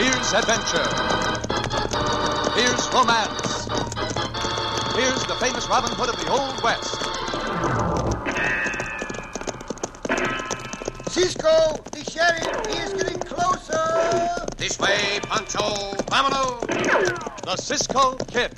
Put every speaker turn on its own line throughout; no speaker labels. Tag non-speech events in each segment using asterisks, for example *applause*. Here's adventure. Here's romance. Here's the famous Robin Hood of the Old West.
Cisco, the sheriff, he is getting closer.
This way, Pancho. Vámonos.
The Cisco Kid.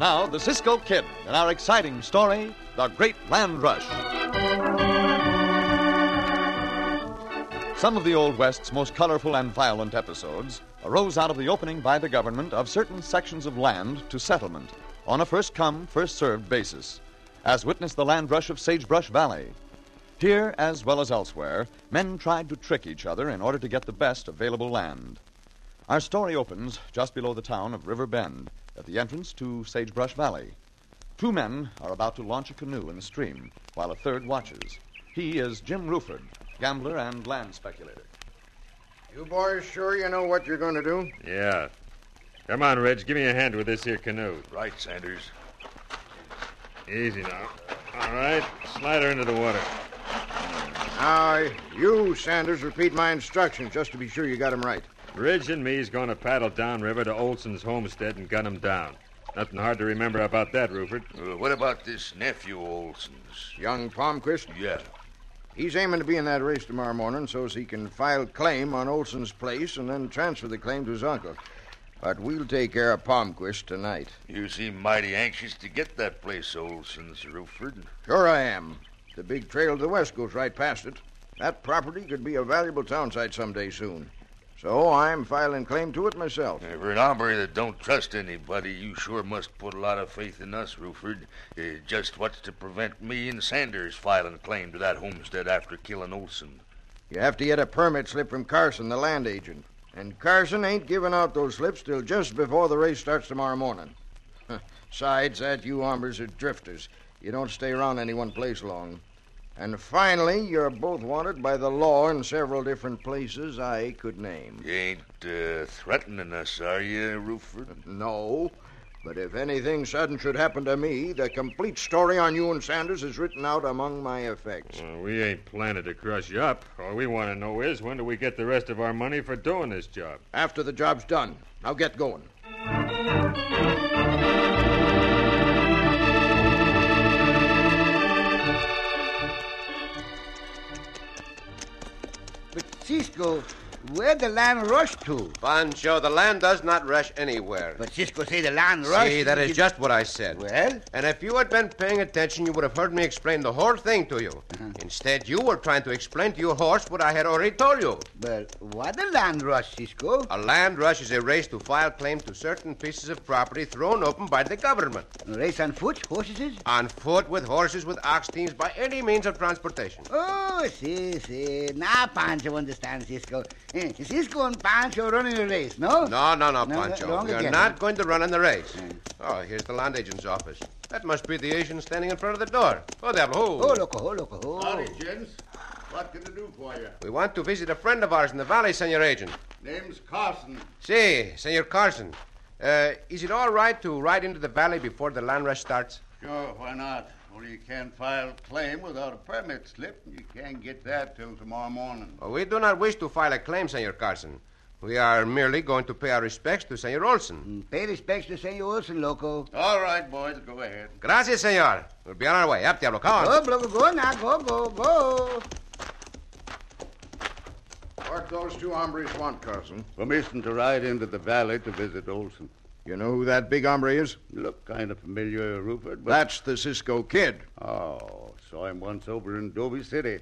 Now, the Cisco Kid in our exciting story, The Great Land Rush. Some of the Old West's most colorful and violent episodes arose out of the opening by the government of certain sections of land to settlement on a first come, first served basis, as witnessed the land rush of Sagebrush Valley. Here, as well as elsewhere, men tried to trick each other in order to get the best available land. Our story opens just below the town of River Bend at the entrance to Sagebrush Valley. Two men are about to launch a canoe in the stream while a third watches. He is Jim Ruford, gambler and land speculator.
You boys sure you know what you're going to do?
Yeah. Come on, Reg. Give me a hand with this here canoe.
Right, Sanders.
Easy now. All right. Slide her into the water.
Now, you, Sanders, repeat my instructions just to be sure you got 'em right.
Reg and me's going to paddle downriver to Olson's homestead and gun him down. Nothing hard to remember about that, Ruford.
Uh, what about this nephew Olson's?
Young Palmquist,
Yeah.
he's aiming to be in that race tomorrow morning so's he can file claim on Olson's place and then transfer the claim to his uncle. But we'll take care of Palmquist tonight.
You seem mighty anxious to get that place, Olson's, Ruford.
Sure I am. The big trail to the west goes right past it. That property could be a valuable town site someday soon. So I'm filing claim to it myself.
Uh, For an hombre that don't trust anybody, you sure must put a lot of faith in us, Ruford. Uh, just what's to prevent me and Sanders filing claim to that homestead after killing Olson?
You have to get a permit slip from Carson, the land agent. And Carson ain't giving out those slips till just before the race starts tomorrow morning. *laughs* Besides that, you hombres are drifters. You don't stay around any one place long. And finally, you're both wanted by the law in several different places I could name. *laughs*
You ain't uh, threatening us, are you, Ruford?
No. But if anything sudden should happen to me, the complete story on you and Sanders is written out among my effects.
Well, we ain't planning to crush you up. All we want to know is when do we get the rest of our money for doing this job?
After the job's done, now get going.
But Cisco, where'd the land rush to?
Pancho, the land does not rush anywhere.
But Cisco say the land rush.
See, that is just what I said.
Well,
And if you had been paying attention, you would have heard me explain the whole thing to you.
Uh-huh.
Instead, you were trying to explain to your horse what I had already told you.
but what a land rush, Cisco?
A land rush is a race to file claim to certain pieces of property thrown open by the government.
Race on foot, horses?
On foot, with horses, with ox teams, by any means of transportation.
Oh, see, see. Now Pancho understands Cisco. Eh, Cisco and Pancho running a race, no?
No, no, no,
No,
Pancho.
wrong
we are
again.
not going to run in the race. Oh, here's the land agent's office. That must be the agent standing in front of the door. Oh, devil, who?
Oh, loco, oh, loco, oh.
gents. What can I do for you?
We want to visit a friend of ours in the valley, Senor Agent.
Name's Carson.
Say, Senor Carson, uh, is it all right to ride into the valley before the land rush starts?
Sure, why not? Only you can't file claim without a permit slip. You can't get that till tomorrow morning.
Oh, we do not wish to file a claim, Senor Carson. We are merely going to pay our respects to Senor Olson.
Mm, Pay respects to Senor Olson, loco.
All right, boys, go ahead.
Gracias, senor. We'll be on our way. Up, Diablo. Come on.
Go, Oh, loco, go now, go, go, go.
What those two hombres want, Carson?
Permission to ride into the valley to visit Olson.
You know who that big hombre is?
Look kind of familiar, Rupert, but.
That's the Cisco Kid.
Oh, saw him once over in Doby City.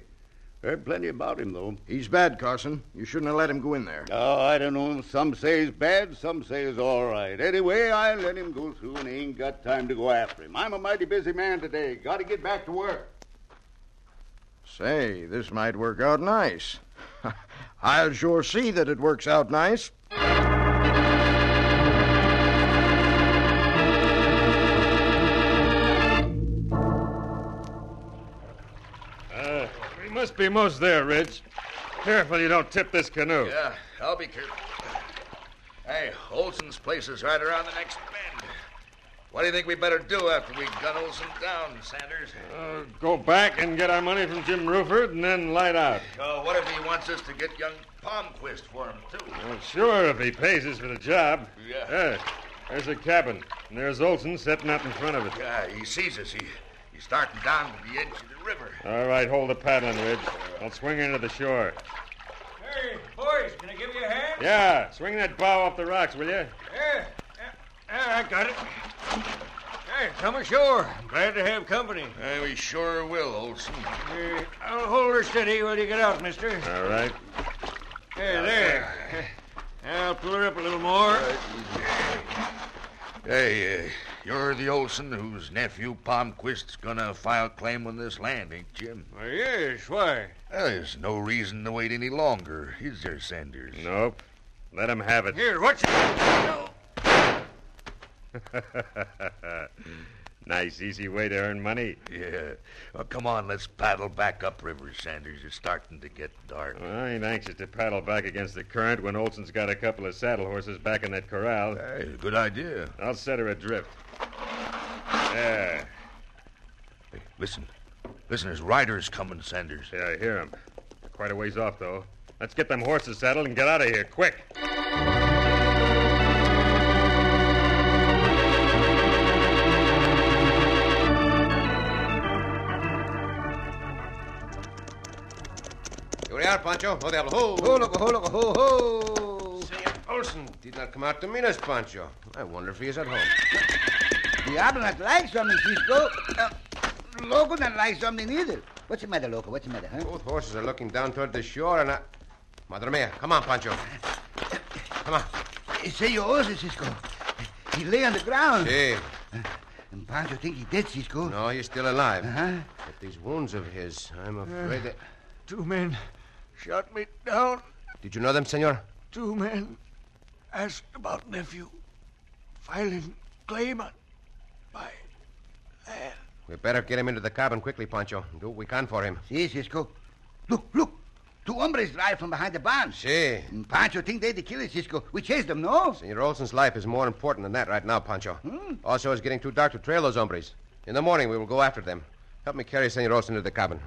Heard plenty about him, though.
He's bad, Carson. You shouldn't have let him go in there.
Oh, I don't know. Some say he's bad, some say he's all right. Anyway, I let him go through, and he ain't got time to go after him. I'm a mighty busy man today. Got to get back to work.
Say, this might work out nice. *laughs* I'll sure see that it works out nice.
Uh, we must be most there, Ridge. Careful you don't tip this canoe.
Yeah, I'll be careful. Hey, Olson's place is right around the next bend. What do you think we better do after we gun Olson down, Sanders?
Uh, go back and get our money from Jim Ruford and then light out.
Uh, what if he wants us to get young Palmquist for him, too?
Well, sure, if he pays us for the job.
Yeah.
there's a cabin, and there's Olson setting up in front of it.
Yeah, he sees us. He, he's starting down to the edge of the river.
All right, hold the paddling, Ridge. I'll swing into the shore.
Hey, boys, can I give you a hand?
Yeah, swing that bow off the rocks, will you?
Yeah. yeah, yeah, I got it. Hey, come ashore. I'm glad to have company.
Uh, we sure will, Olson.
Uh, I'll hold her steady while you get out, mister. Hey,
All right.
there. I'll pull her up a little more.
Hey, uh, you're the Olson whose nephew Palmquist's gonna file claim on this land, ain't Jim?
Well, yes, why?
Well, there's no reason to wait any longer, is there, Sanders?
Nope. Let him have it.
Here, what's it?
nice, easy way to earn money.
Yeah. Well, come on, let's paddle back upriver, Sanders. It's starting to get dark.
Well, I ain't anxious to paddle back against the current when Olson's got a couple of saddle horses back in that corral.
Hey, good idea.
I'll set her adrift. Yeah,
Hey, listen. Listen, there's riders coming, Sanders.
yeah, I hear him. Quite a ways off, though. Let's get them horses saddled and get out of here, quick.
Here we are, Pancho. Oh, devil. Ho,
Ho, loco, ho, loco, ho, ho.
Say, Olson did not come out to meet us, Pancho. I wonder if he is at home.
Diablo not like something, Cisco. Uh, loco not like something either. What's the matter, loco? What's the matter, huh?
Both horses are looking down toward the shore, and I... Madre mia, come on, Pancho. Come on.
Say your horses, Eh, Cisco. Eh. He lay on the ground.
Hey,
And Pancho think he dead, Cisco. Uh-huh.
no, he's still alive.
Huh?
But these wounds of his, I'm afraid that...
Two men shot me down.
Did you know them, senor?
Two men asked about nephew. Filing claim on my land.
We better get him into the cabin quickly, Pancho. Do what we can for him.
See, Cisco. Look, look. Two hombres drive from behind the barn.
See,
And Pancho think they the killer, Cisco. We chase them, no?
Senor Olson's life is more important than that right now, Pancho. Also, it's getting too dark to trail those hombres. In the morning, we will go after them. Help me carry Senor Olson to the cabin.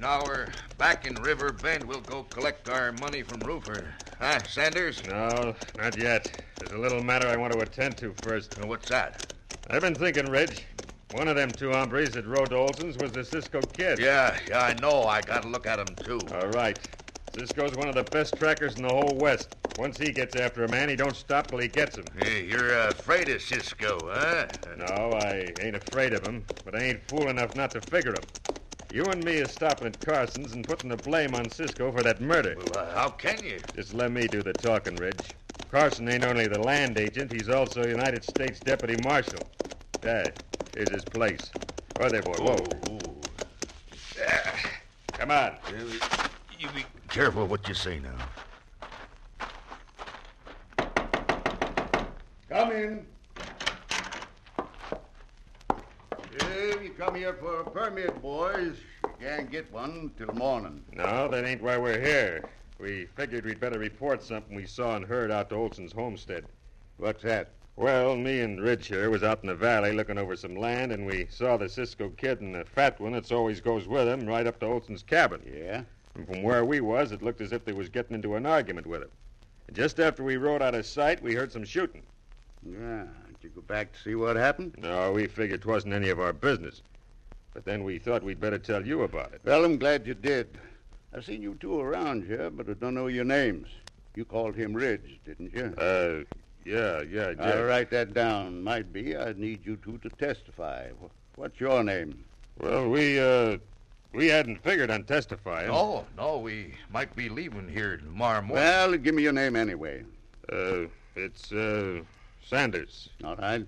Now we're back in River Bend. We'll go collect our money from Ruford. Huh, Sanders?
No, not yet. There's a little matter I want to attend to first.
Uh, What's that?
I've been thinking, Ridge. One of them two hombres that rode to Olson's was the Cisco Kid.
Yeah, yeah, I know. I gotta look at him, too.
Uh.
All right. Cisco's one of the best trackers in the whole West. Once he gets after a man, he don't stop till he gets him.
Hey, you're uh, afraid of Cisco, huh?
No, I ain't afraid of him, but I ain't fool enough not to figure him. You and me is stopping at Carson's and putting the blame on Cisco for that murder.
Well, uh, how can you?
Just let me do the talking, Ridge. Carson ain't only the land agent, he's also United States Deputy Marshal. There, here's his place. Oh, there, boy. Whoa. Come on.
You be careful what you say now.
Come in. If you come here for a permit, boys, you can't get one till morning.
No, that ain't why we're here. We figured we'd better report something we saw and heard out to Olson's homestead.
What's that?
Well, me and Ridge here was out in the valley looking over some land, and we saw the Cisco kid and the fat one that's always goes with him right up to Olson's cabin.
Yeah?
And from where we was, it looked as if they was getting into an argument with him. And just after we rode out of sight, we heard some shooting.
Yeah. Did you go back to see what happened?
No, we figured 'twasn't any of our business. But then we thought we'd better tell you about it.
Well, I'm glad you did. I've seen you two around here, but I don't know your names.
You called him Ridge, didn't you?
Uh, yeah, yeah, Jack.
I'll write that down. Might be I need you two to testify. Wh- What's your name?
Well, we, uh, we hadn't figured on testifying.
No, no, we might be leaving here tomorrow morning.
Well, give me your name anyway.
Uh, it's, uh, Sanders.
All right.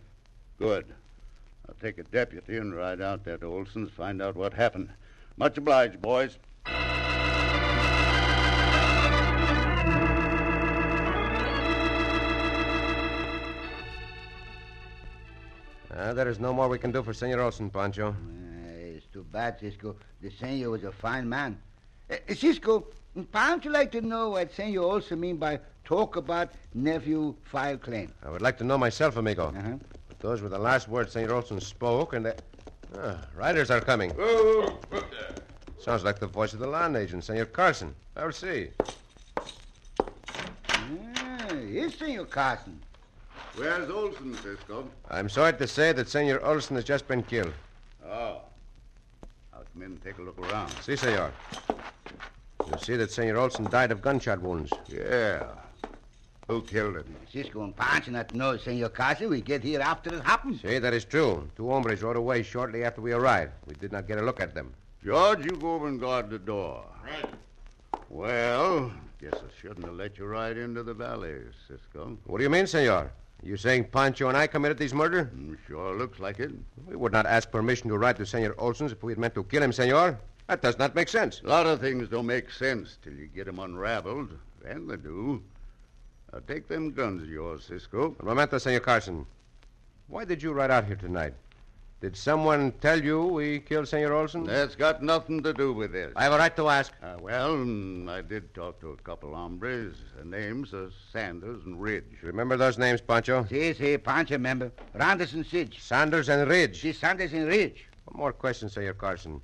Good. I'll take a deputy and ride out there to Olson's, find out what happened. Much obliged, boys.
Uh, there is no more we can do for Senor Olson, Pancho.
Eh, it's too bad, Cisco. The senor was a fine man. Eh, eh, Cisco, Pancho like to know what senor also mean by talk about nephew file claim.
I would like to know myself, amigo.
Uh-huh.
But those were the last words Senor Olson spoke, and they... Ah, riders are coming. Sounds like the voice of the land agent, Senor Carson. I will see.
Ah, here's senor Carson.
Where's Olson, Cisco?
I'm sorry to say that Senor Olson has just been killed.
Oh. I'll come in and take a look around.
See, Senor. You see that Senor Olson died of gunshot wounds.
Yeah. Who killed him?
Cisco and Pancho not know senor Carson. We get here after it happened.
See, that is true. Two hombres rode away shortly after we arrived. We did not get a look at them.
George, you go over and guard the door. Right. Well, guess I shouldn't have let you ride into the valley, Cisco.
What do you mean, Senor? You saying Pancho and I committed this murder?
Mm, Sure looks like it.
We would not ask permission to ride to Senor Olson's if we had meant to kill him, Senor. That does not make sense.
A lot of things don't make sense till you get 'em unraveled. Then they do. Now take them guns of yours, Cisco.
Un momento, Senor Carson. Why did you ride out here tonight? Did someone tell you we killed Senor Olson?
That's got nothing to do with this.
I have a right to ask.
Uh, well, mm, I did talk to a couple hombres. Their names are Sanders and Ridge.
Remember those names, Pancho?
Si, si, Pancho member. Randers and Sidge.
Sanders and Ridge.
Si, Sanders and Ridge.
One more question, Senor Carson.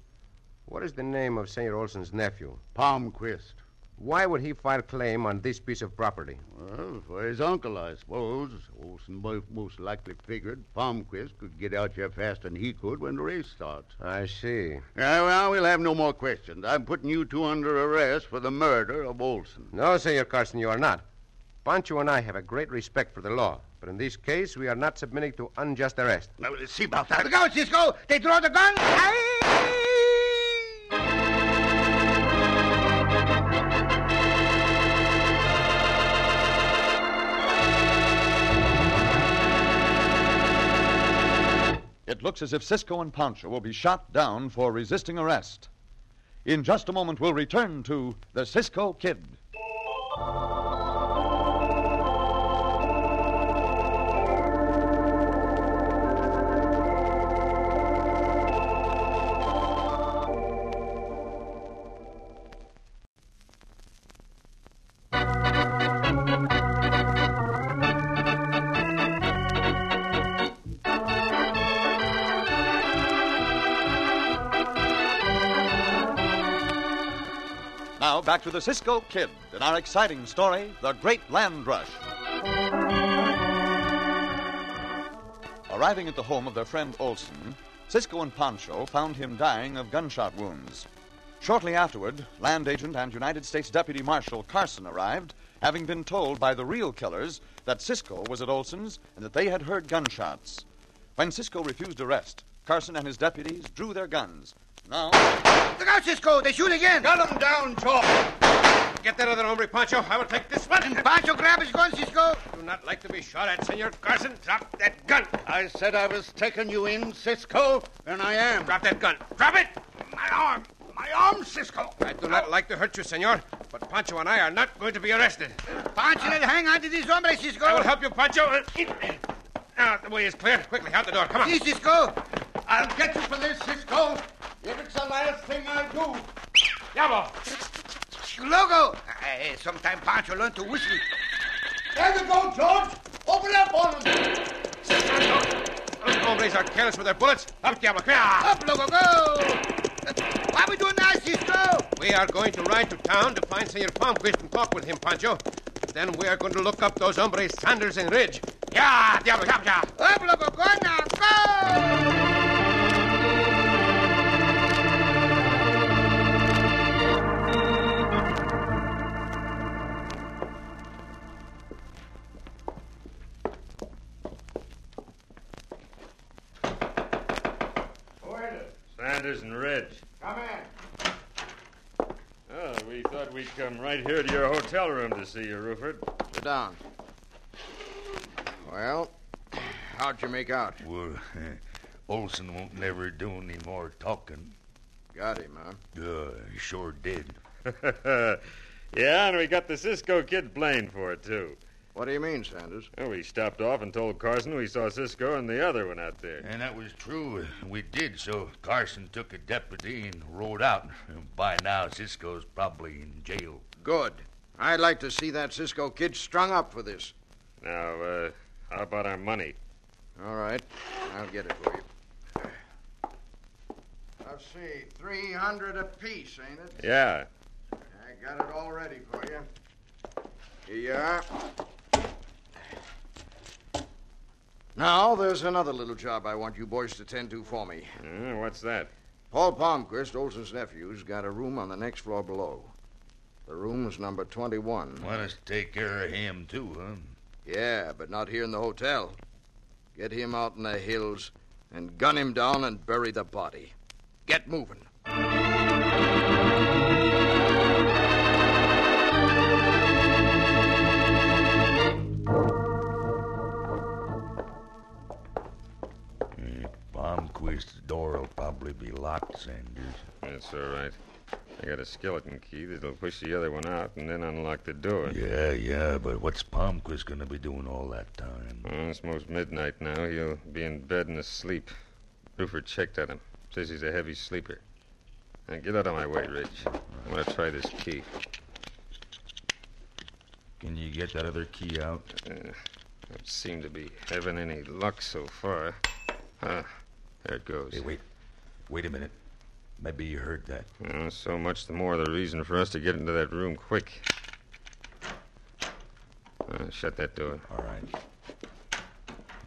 What is the name of Senor Olson's nephew?
Palmquist.
Why would he file claim on this piece of property?
Well, for his uncle, I suppose. Olson mo- most likely figured Palmquist could get out here faster than he could when the race starts.
I see.
Yeah, well, we'll have no more questions. I'm putting you two under arrest for the murder of Olson.
No, Senor Carson, you are not. Pancho and I have a great respect for the law, but in this case, we are not submitting to unjust arrest.
Now, let's see about
Let go, Cisco. They draw the gun. Aye!
It looks as if Cisco and Pancho will be shot down for resisting arrest. In just a moment, we'll return to the Cisco Kid. Now, back to the Cisco Kid and our exciting story The Great Land Rush. Arriving at the home of their friend Olson, Cisco and Pancho found him dying of gunshot wounds. Shortly afterward, land agent and United States Deputy Marshal Carson arrived, having been told by the real killers that Cisco was at Olson's and that they had heard gunshots. When Cisco refused arrest, Carson and his deputies drew their guns. Now,
Look out, Cisco. They shoot again.
Got him down, Chop.
Get that other hombre, Pancho. I will take this one.
And Pancho grab his gun, Cisco.
do not like to be shot at, Senor Carson. Drop that gun. Uh,
I said I was taking you in, Cisco, and I am.
Drop that gun. Drop it. My arm. My arm, Cisco. I do not like to hurt you, Senor, but Pancho and I are not going to be arrested.
Pancho, let hang on to this hombre, Cisco.
I will help you, Pancho. Now, the way is clear. Quickly, out the door. Come on.
Si, Cisco.
I'll get you for this, Cisco. If it's the last thing I do.
Diablo.
Logo. Hey, sometime Pancho learn to whistle.
There you go, George. Open up on him.
Those hombres are careless with their bullets. Up, Diablo. Come here.
Up, Logo, go. Why we doing now, Cisco?
We are going to ride to town to find Senor Palmquist and talk with him, Pancho. Then we are going to look up those hombres, Sanders and Ridge. Yeah, diablo, yeah, yeah.
Up, Logo, go now, go.
Sanders and Reg.
Come in.
Oh, we thought we'd come right here to your hotel room to see you, Ruford.
Sit down. Well, how'd you make out?
Well, *laughs* Olson won't never do any more talking.
Got him, huh?
Uh, he sure did.
*laughs* yeah, and we got the Cisco kid blamed for it, too.
What do you mean, Sanders?
Well, we stopped off and told Carson we saw Cisco and the other one out there.
And that was true. We did, so Carson took a deputy and rode out. By now, Cisco's probably in jail.
Good. I'd like to see that Cisco kid strung up for this.
Now, uh, how about our money?
All right. I'll get it for you. Let's see. 300 apiece, ain't it?
Yeah.
I got it all ready for you. Here you are. Now, there's another little job I want you boys to tend to for me.
Uh, what's that?
Paul Palmquist, Olson's nephew's, got a room on the next floor below. The room's number 21.
Want us to take care of him, too, huh?
Yeah, but not here in the hotel. Get him out in the hills and gun him down and bury the body. Get moving.
Palmquist's door will probably be locked, Sanders.
That's all right. I got a skeleton key that'll push the other one out and then unlock the door.
Yeah, yeah, but what's Palmquist going to be doing all that time?
Well, it's most midnight now. He'll be in bed and asleep. Ruford checked on him. Says he's a heavy sleeper. Now get out of my way, Rich. I want to try this key.
Can you get that other key out?
Uh, don't seem to be having any luck so far. Ah, there it goes.
Hey, wait. Wait a minute. Maybe you heard that.
Well, so much the more the reason for us to get into that room quick. Uh, shut that door.
All right.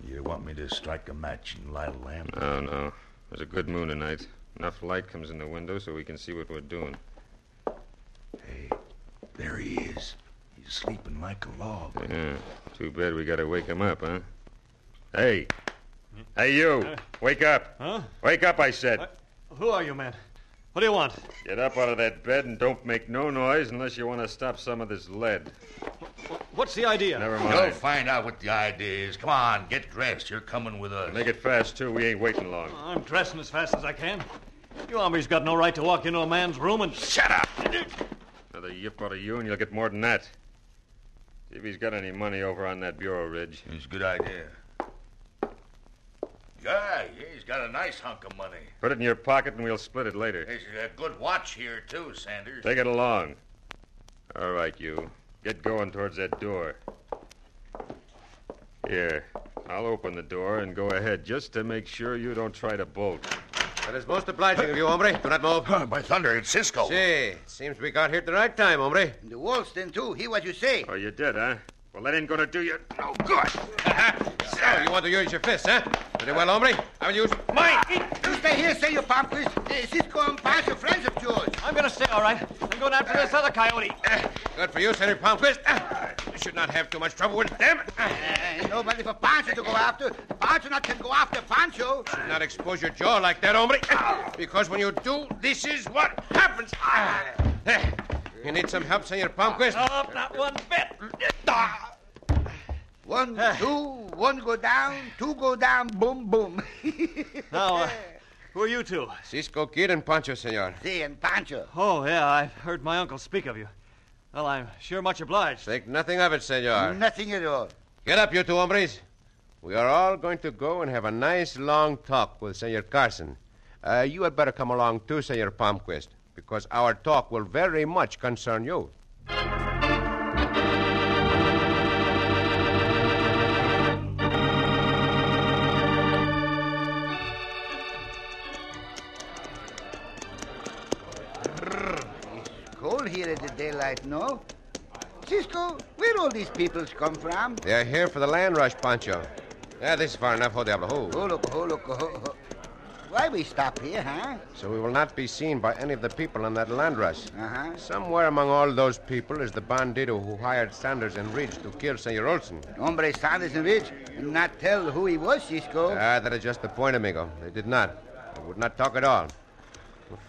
You want me to strike a match and light a lamp?
No, no. There's a good moon tonight. Enough light comes in the window so we can see what we're doing.
Hey, there he is. He's sleeping like a log.
Yeah. Too bad we gotta wake him up, huh? Hey! Hey, you! Wake up!
Huh? Uh,
Wake up, I said!
Who are you, man? What do you want?
Get up out of that bed and don't make no noise unless you want to stop some of this lead.
What's the idea?
Never
Go
mind.
find out what the idea is. Come on, get dressed. You're coming with us.
Make it fast, too. We ain't waiting long.
I'm dressing as fast as I can. You hombres got no right to walk into a man's room and. Shut up!
Another yip out of you, and you'll get more than that. See if he's got any money over on that bureau, Ridge.
It's a good idea. Yeah, yeah, he's got a nice hunk of money.
Put it in your pocket, and we'll split it later.
There's a good watch here, too, Sanders.
Take it along. All right, you. Get going towards that door. Here, I'll open the door and go ahead just to make sure you don't try to bolt.
That is most obliging of you, hombre. Do not move.
Huh, Oh, by thunder, it's Cisco.
See, it seems we got here at the right time, hombre.
And the Wollstone, too. Hear what you say.
Oh, you did, huh? Well, that ain't gonna do you no good.
*laughs* So, you want to use your fists, huh? Very well, hombre. I will use mine.
You stay here, say your pamphlets. Uh, Cisco and Pass are friends of yours.
I'm gonna stay, all right. I'm going after this other coyote.
Good for you, Senator Palmquist. Ah, You should not have too much trouble with them. Ah,
Uh, nobody for Pancho to go after. Pancho not can go after Pancho.
Should not expose your jaw like that, hombre. Ah, Because when you do, this is what happens. Ah, eh. You need some help, Senor Palmquist?
Oh, not one bit. Ah.
One, two, one go down, two go down, boom, boom.
Now, uh, who are you two?
Cisco Kid and Pancho, senor.
See, and Pancho.
Oh, yeah, I've heard my uncle speak of you. Well, I'm sure much obliged.
Think nothing of it, senor.
Nothing at all.
Get up, you two hombres. We are all going to go and have a nice long talk with Senor Carson. Uh, you had better come along too, Senor Palmquist, because our talk will very much concern you.
Cold here at the daylight, no? Cisco, where all these peoples come from?
They are here for the land rush, Pancho. Yeah, this is far enough, ho diablo, ho.
Holo, holo, holo. Why we stop here, huh?
So we will not be seen by any of the people on that land rush.
Uh-huh.
Somewhere among all those people is the bandito who hired Sanders and Ridge to kill Senor Olson.
Hombre Sanders and Ridge and not tell who he was, Cisco.
Ah, that is just the point, amigo. They did not. They would not talk at all.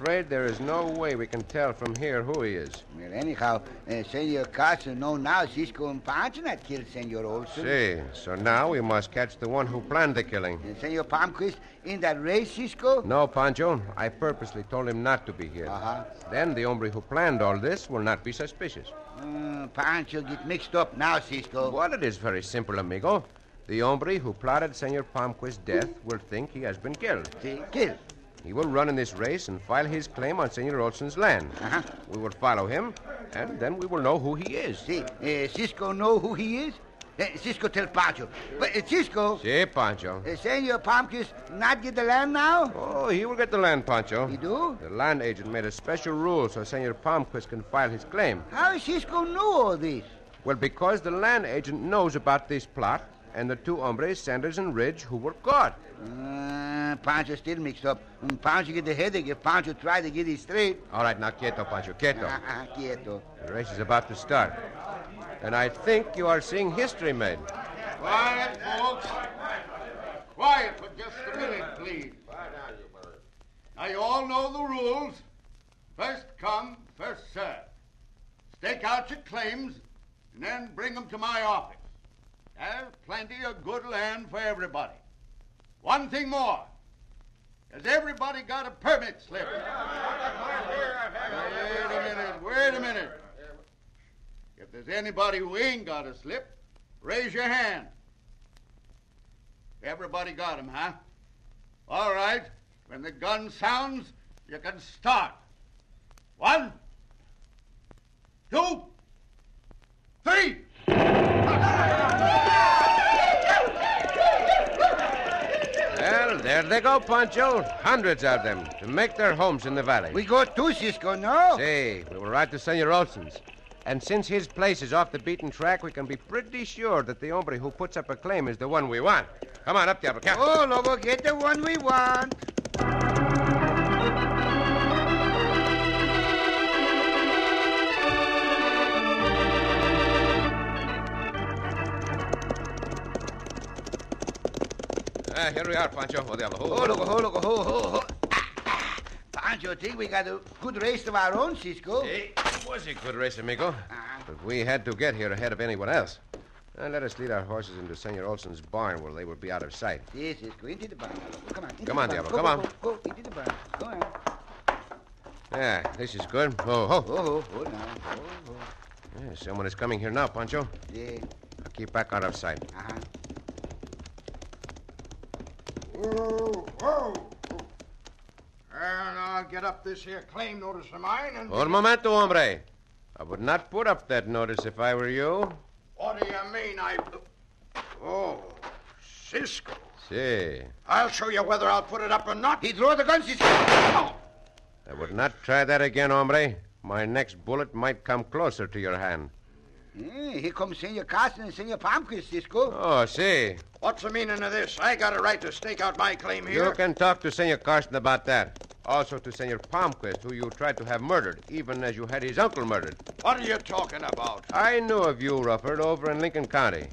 Afraid there is no way we can tell from here who he is.
Well, anyhow, uh, Senor Carson know now Cisco and Pancho not killed Senor Olson.
See, so now we must catch the one who planned the killing.
And Uh, Senor Palmquist in that race, Cisco?
No, Pancho. I purposely told him not to be here.
Uh-huh.
Then the hombre who planned all this will not be suspicious.
Mm, Pancho get mixed up now, Cisco.
Well, it is very simple, amigo. The hombre who plotted Senor Palmquist's death will think he has been killed.
Killed.
He will run in this race and file his claim on Senor Olson's land.
Uh-huh.
We will follow him, and then we will know who he is.
See, uh, Cisco know who he is? Uh, Cisco tell Pancho. But uh, Cisco,
See, Pancho.
uh, Senor Palmquist not get the land now?
Oh, he will get the land, Pancho.
He do?
The land agent made a special rule so Senor Palmquist can file his claim.
How Cisco know all this?
Well, because the land agent knows about this plot and the two hombres, Sanders and Ridge, who were caught.
Uh, Pancho still mixed up. Mm, Pancho get the headache if Pancho try to get it straight.
All right, now, quieto, Pancho, quieto.
Ah, ah, quieto.
The race is about to start. And I think you are seeing history made.
Quiet, folks. Quiet for just a minute, please. Now, you all know the rules. First come, first served. Stake out your claims and then bring them to my office. There's plenty of good land for everybody. One thing more. Has everybody got a permit slip? Wait a minute, wait a minute. If there's anybody who ain't got a slip, raise your hand. Everybody got 'em, huh? All right. When the gun sounds, you can start. One, two, three.
Well, there they go, Pancho. Hundreds of them to make their homes in the valley.
We go to Cisco,
*laughs*
no?
Say, we will ride to Senor Olson's. And since his place is off the beaten track, we can be pretty sure that the hombre who puts up a claim is the one we want. Come on up, Diablo. Come.
Oh, Lobo, get the one we want.
Ah, here we are, Pancho. Oh, Diablo.
Oh, Lobo, oh, Lobo, ho, ho, ho. Ah, ah. Pancho think we got a good race of our own, Cisco. Ah,
Hey, it was a good race, amigo. But we had to get here ahead of anyone else. Now let us lead our horses into Senor Olson's barn where they will be out of sight.
This is go into the barn. Lobo. Come on, into
Come
the
on,
barn.
Diablo,
Go,
come
go, Go, go into the barn. Go on.
Yeah, Ah, this is good. Oh, ho.
Oh, ho, ho now. Oh, ho.
Yeah, someone is coming here now, Pancho.
Yeah.
Now keep back out of sight.
Uh-huh.
Whoa, whoa.
And I'll get up this here claim notice of mine and.
Un momento, hombre. I would not put up that notice if I were you.
What do you mean? I.
Oh, Cisco.
See,
I'll show you whether I'll put it up or not.
He throw the gun, Cisco.
I would not try that again, hombre. My next bullet might come closer to your hand.
Hey, here comes Senor Carson and Senor Palmquist, Cisco.
Oh, see.
What's the meaning of this? I got a right to stake out my claim here.
You can talk to Senor Carson about that. Also to Senor Palmquist, who you tried to have murdered, even as you had his uncle murdered.
What are you talking about?
I knew of you, Rufford, over in Lincoln County.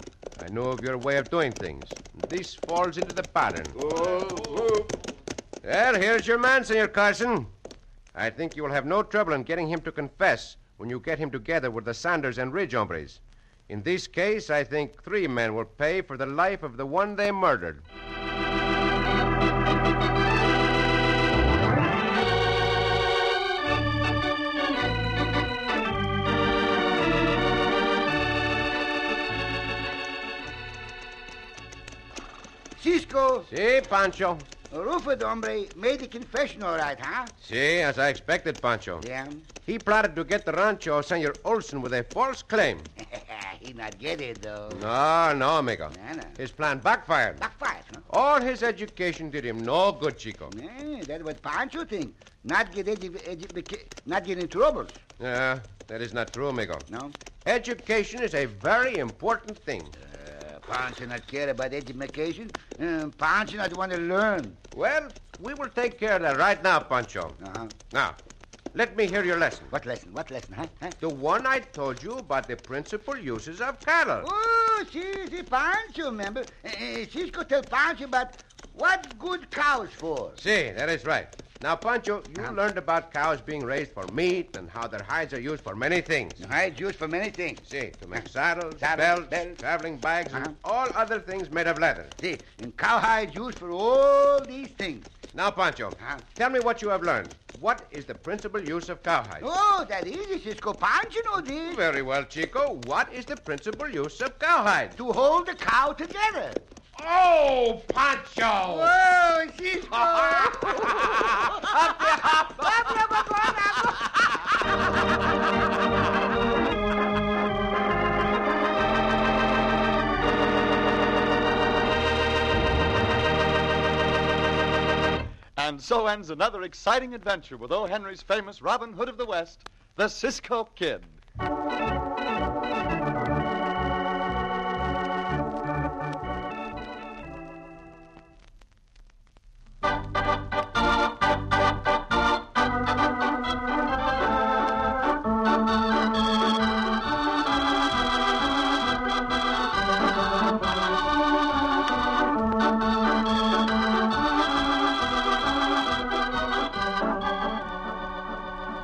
I knew of your way of doing things. This falls into the pattern. Well, here's your man, Senor Carson. I think you will have no trouble in getting him to confess when you get him together with the Sanders and Ridge hombres. In this case, I think three men will pay for the life of the one they murdered.
Cisco,
See, Pancho.
Rufus, hombre, made the confession all right, huh?
See, as I expected, Pancho.
Yeah.
He plotted to get the rancho of Senor Olson with a false claim.
*laughs* he not get it, though.
No, no, amigo.
No, no.
His plan backfired.
Backfired, huh?
All his education did him no good, Chico.
Yeah, that's what Pancho think. Not get edu- edu- beca- not get in troubles,
Yeah, Ah, that is not true, amigo.
no?
Education is a very important thing.
Uh, Pancho not care about education. Um, Pancho not want to learn.
Well, we will take care of that right now, Pancho.
Uh-huh.
Now, let me hear your lesson.
What lesson? What lesson, huh? huh?
The one I told you about the principal uses of cattle.
Oh, see, see, Pancho, remember? Uh, uh, Cisco tell Pancho about what good cows for.
See, that is right. Now, Pancho, you learned about cows being raised for meat and how their hides are used for many things.
Hides used for many things.
See, to make saddles, belts, Uh-huh. traveling bags, and all other things made of leather.
See, and cowhides used for all these things.
Now, Pancho, tell me what you have learned. What is the principal use of cowhides?
Oh, that easy, Cisco Pancho know this.
Very well, Chico. What is the principal use of cowhide?
To hold the cow together.
Oh, Pancho!
Whoa,
*laughs*
Cisco!
And so ends another exciting adventure with O. Henry's famous Robin Hood of the West, the Cisco Kid.